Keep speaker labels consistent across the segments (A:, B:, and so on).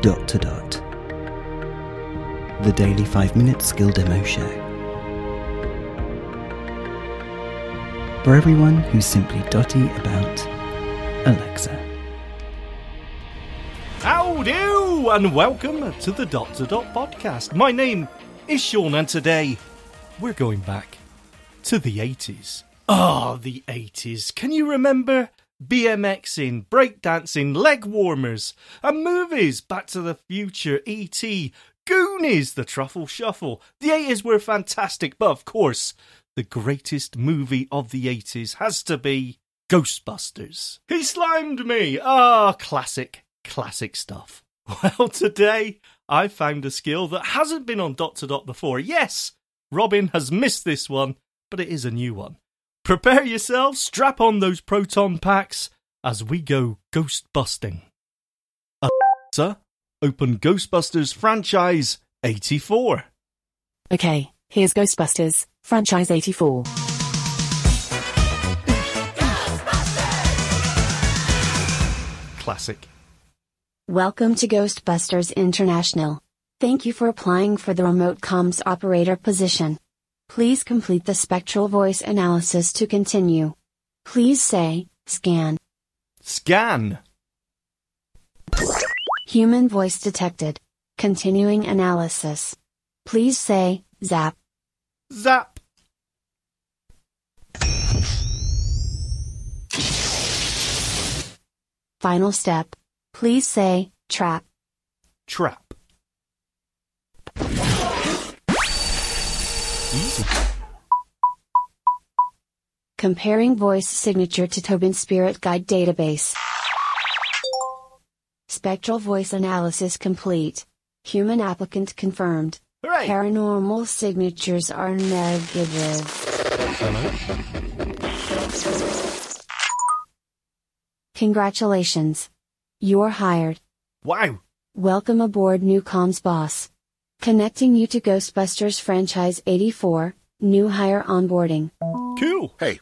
A: dot to dot. The Daily 5 Minute Skill Demo Show. For everyone who's simply dotty about Alexa.
B: Howdy, and welcome to the Dot to Dot podcast. My name is Sean, and today we're going back to the 80s. Ah, the 80s. Can you remember BMXing, breakdancing, leg warmers, and movies? Back to the Future, E.T., Goonies, The Truffle Shuffle. The 80s were fantastic, but of course, the greatest movie of the 80s has to be Ghostbusters. He slimed me! Ah, classic, classic stuff. Well, today I found a skill that hasn't been on Dot to Dot before. Yes, Robin has missed this one, but it is a new one. Prepare yourselves, strap on those proton packs as we go ghost busting. Alexa, open Ghostbusters franchise 84.
C: Okay, here's Ghostbusters, franchise 84.
B: Classic.
D: Welcome to Ghostbusters International. Thank you for applying for the remote comms operator position. Please complete the spectral voice analysis to continue. Please say, scan.
B: Scan.
D: Human voice detected. Continuing analysis. Please say, zap.
B: Zap.
D: Final step. Please say, trap.
B: Trap. Easy.
D: Comparing voice signature to Tobin Spirit Guide database. Spectral voice analysis complete. Human applicant confirmed.
B: Hooray.
D: Paranormal signatures are negative. Congratulations. You're hired.
B: Wow.
D: Welcome aboard new comms boss. Connecting you to Ghostbusters franchise 84, new hire onboarding.
B: Cool.
E: Hey.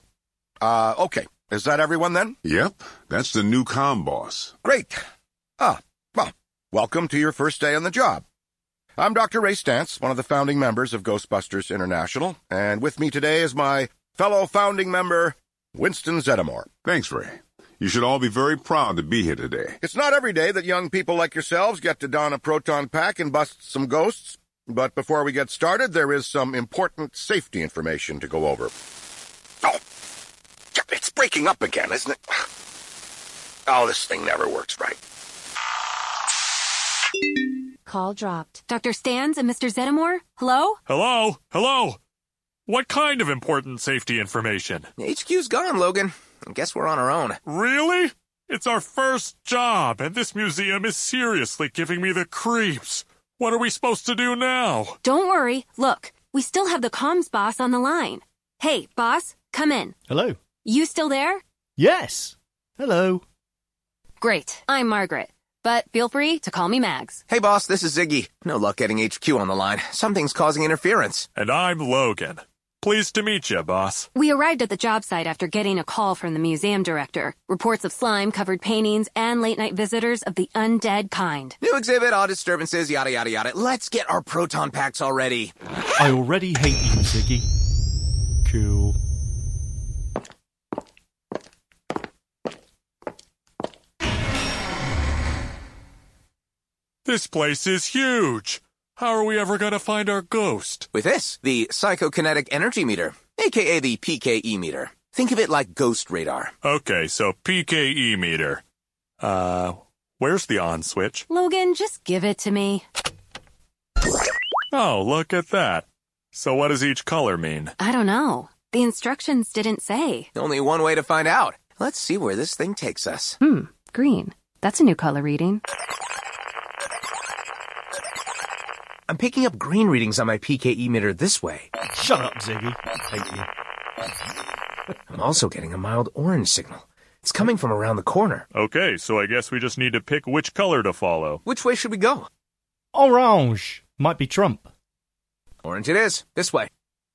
E: Uh, okay. Is that everyone then?
F: Yep, that's the new com boss.
E: Great. Ah, well, welcome to your first day on the job. I'm Dr. Ray Stantz, one of the founding members of Ghostbusters International, and with me today is my fellow founding member, Winston Zeddemore.
F: Thanks, Ray. You should all be very proud to be here today.
E: It's not every day that young people like yourselves get to don a proton pack and bust some ghosts, but before we get started, there is some important safety information to go over. Oh, yeah, it's breaking up again, isn't it? Oh, this thing never works right.
D: Call dropped.
G: Dr. Stans and Mr. Zeddemore? Hello?
H: Hello? Hello? What kind of important safety information?
I: HQ's gone, Logan. I guess we're on our own.
H: Really? It's our first job, and this museum is seriously giving me the creeps. What are we supposed to do now?
G: Don't worry. Look, we still have the comms boss on the line. Hey, boss, come in.
B: Hello.
G: You still there?
B: Yes. Hello.
G: Great. I'm Margaret. But feel free to call me Mags.
I: Hey, boss, this is Ziggy. No luck getting HQ on the line. Something's causing interference.
H: And I'm Logan. Pleased to meet you, boss.
G: We arrived at the job site after getting a call from the museum director. Reports of slime covered paintings and late night visitors of the undead kind.
I: New exhibit, all disturbances, yada, yada, yada. Let's get our proton packs already.
B: I already hate you, Ziggy. Cool.
H: This place is huge. How are we ever going to find our ghost?
I: With this, the psychokinetic energy meter, aka the PKE meter. Think of it like ghost radar.
H: Okay, so PKE meter. Uh, where's the on switch?
G: Logan, just give it to me.
H: Oh, look at that. So what does each color mean?
G: I don't know. The instructions didn't say.
I: Only one way to find out. Let's see where this thing takes us.
G: Hmm, green. That's a new color reading.
I: I'm picking up green readings on my PKE meter this way.
B: Shut up, Ziggy. I hate you.
I: I'm also getting a mild orange signal. It's coming from around the corner.
H: Okay, so I guess we just need to pick which color to follow.
I: Which way should we go?
B: Orange might be Trump.
I: Orange it is. This way.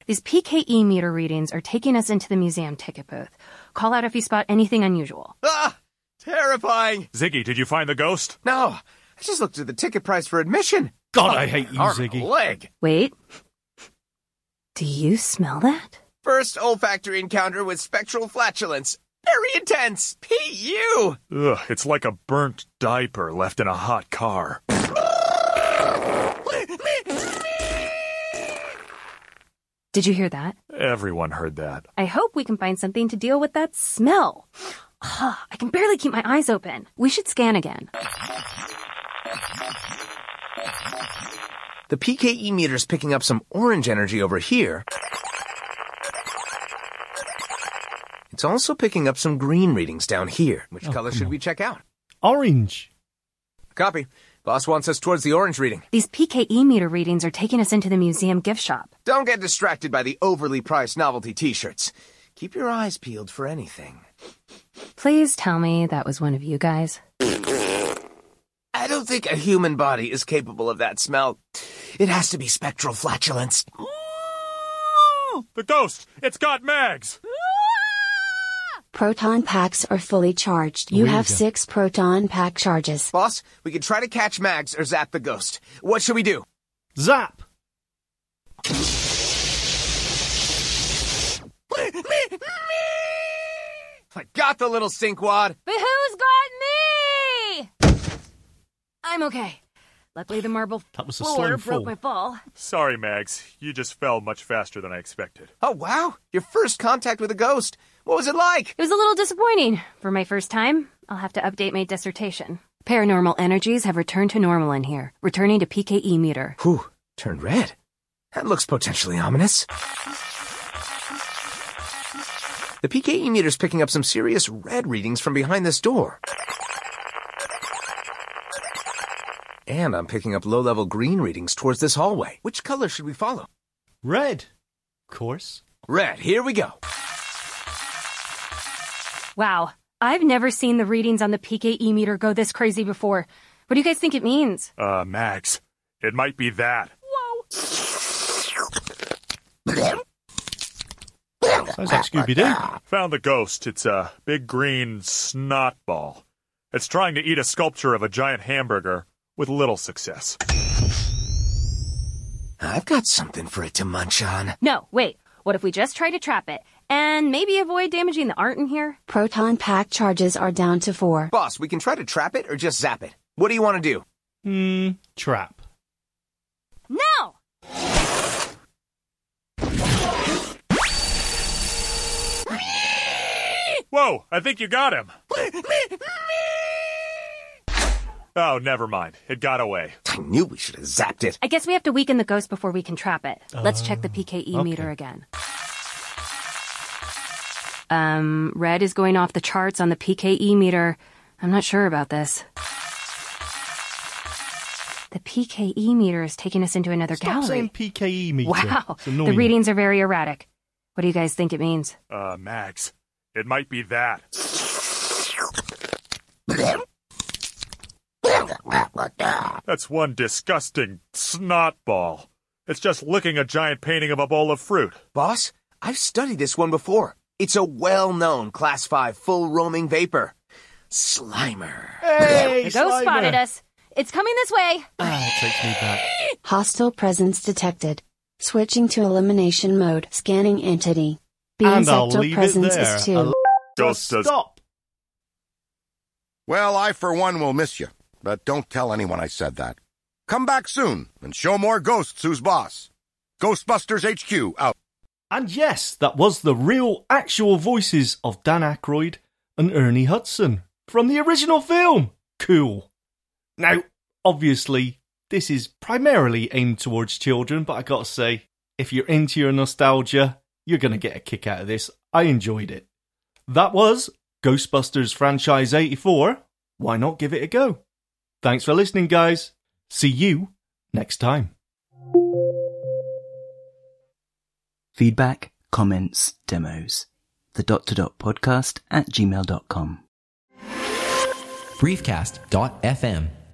G: These PKE meter readings are taking us into the museum ticket booth. Call out if you spot anything unusual.
I: Ah! Terrifying!
H: Ziggy, did you find the ghost?
I: No! I just looked at the ticket price for admission.
B: God, Oh, I hate
I: An
B: you,
I: arm and a
B: Ziggy.
I: Leg.
G: Wait. Do you smell that?
I: First olfactory encounter with spectral flatulence. Very intense. P.U.
H: Ugh, it's like a burnt diaper left in a hot car.
G: Did you hear that?
H: Everyone heard that.
G: I hope we can find something to deal with that smell. Ah, I can barely keep my eyes open. We should scan again.
I: The PKE meter's picking up some orange energy over here. It's also picking up some green readings down here.
B: Oh,
I: Which color should we check out?
B: Orange.
I: Copy. Boss wants us towards the orange reading.
G: These PKE meter readings are taking us into the museum gift shop.
I: Don't get distracted by the overly priced novelty t-shirts. Keep your eyes peeled for anything.
G: Please tell me that was one of you guys.
I: I don't think a human body is capable of that smell. It has to be spectral flatulence.
H: The ghost! It's got mags!
D: Proton packs are fully charged. You have six proton pack charges.
I: Boss, we could try to catch Mags or zap the ghost. What should we do?
B: Zap.
I: I got the little sinkwad.
G: But who's got me? I'm okay. Luckily, the marble
B: That was a slow
G: floor
B: fall.
G: broke my fall.
H: Sorry, Mags. You just fell much faster than I expected.
I: Oh, wow. Your first contact with a ghost. What was it like?
G: It was a little disappointing for my first time. I'll have to update my dissertation. Paranormal energies have returned to normal in here, returning to PKE meter.
I: Whew, turned red. That looks potentially ominous. The PKE meter's picking up some serious red readings from behind this door. And I'm picking up low level green readings towards this hallway. Which color should we follow?
B: Red. Of course.
I: Red, here we go.
G: Wow, I've never seen the readings on the PKE meter go this crazy before. What do you guys think it means?
H: Uh, Mags, it might be that.
B: Sounds like Scooby Doo.
H: Found the ghost. It's a big green snot ball. It's trying to eat a sculpture of a giant hamburger with little success.
I: I've got something for it to munch on.
G: No, wait. What if we just try to trap it and maybe avoid damaging the art in here?
D: Proton pack charges are down to four.
I: Boss, we can try to trap it or just zap it. What do you want to do?
B: Hmm. Trap.
G: No!
H: Whoa, I think you got him. Oh, never mind. It got away.
I: I knew we should have zapped it.
G: I guess we have to weaken the ghost before we can trap it. Let's check the PKE
B: okay.
G: meter again. Um, red is going off the charts on the PKE meter. I'm not sure about this. The PKE meter is taking us into another
B: Stop
G: gallery.
B: saying PKE meter.
G: wow,
B: It's
G: the
B: annoying.
G: readings are very erratic. What do you guys think it means?
H: Uh, Mags, it might be that. That's one disgusting snot ball. It's just licking a giant painting of a bowl of fruit.
I: Boss, I've studied this one before. It's a well known Class 5 full roaming vapor. Slimer.
B: Hey,
G: The ghost
B: Slimer.
G: spotted us. It's coming this way.
B: Ah, it takes me back.
D: Hostile presence detected. Switching to elimination mode. Scanning entity. Being
B: and I'll
D: sector
B: leave
D: presence
B: it there.
D: is two.
B: I'll-
H: Ghost does-
B: stop.
E: Well, I for one will miss you, but don't tell anyone I said that. Come back soon and show more ghosts who's boss. Ghostbusters HQ out.
B: And yes, that was the real, actual voices of Dan Aykroyd and Ernie Hudson from the original film. Cool. Now, obviously, this is primarily aimed towards children, but I gotta say, if you're into your nostalgia, you're gonna get a kick out of this. I enjoyed it. That was Ghostbusters Franchise 84. Why not give it a go? Thanks for listening, guys. See you next time.
A: Feedback, comments, demos. The dot to dot podcast at gmail.com.
J: briefcast.fm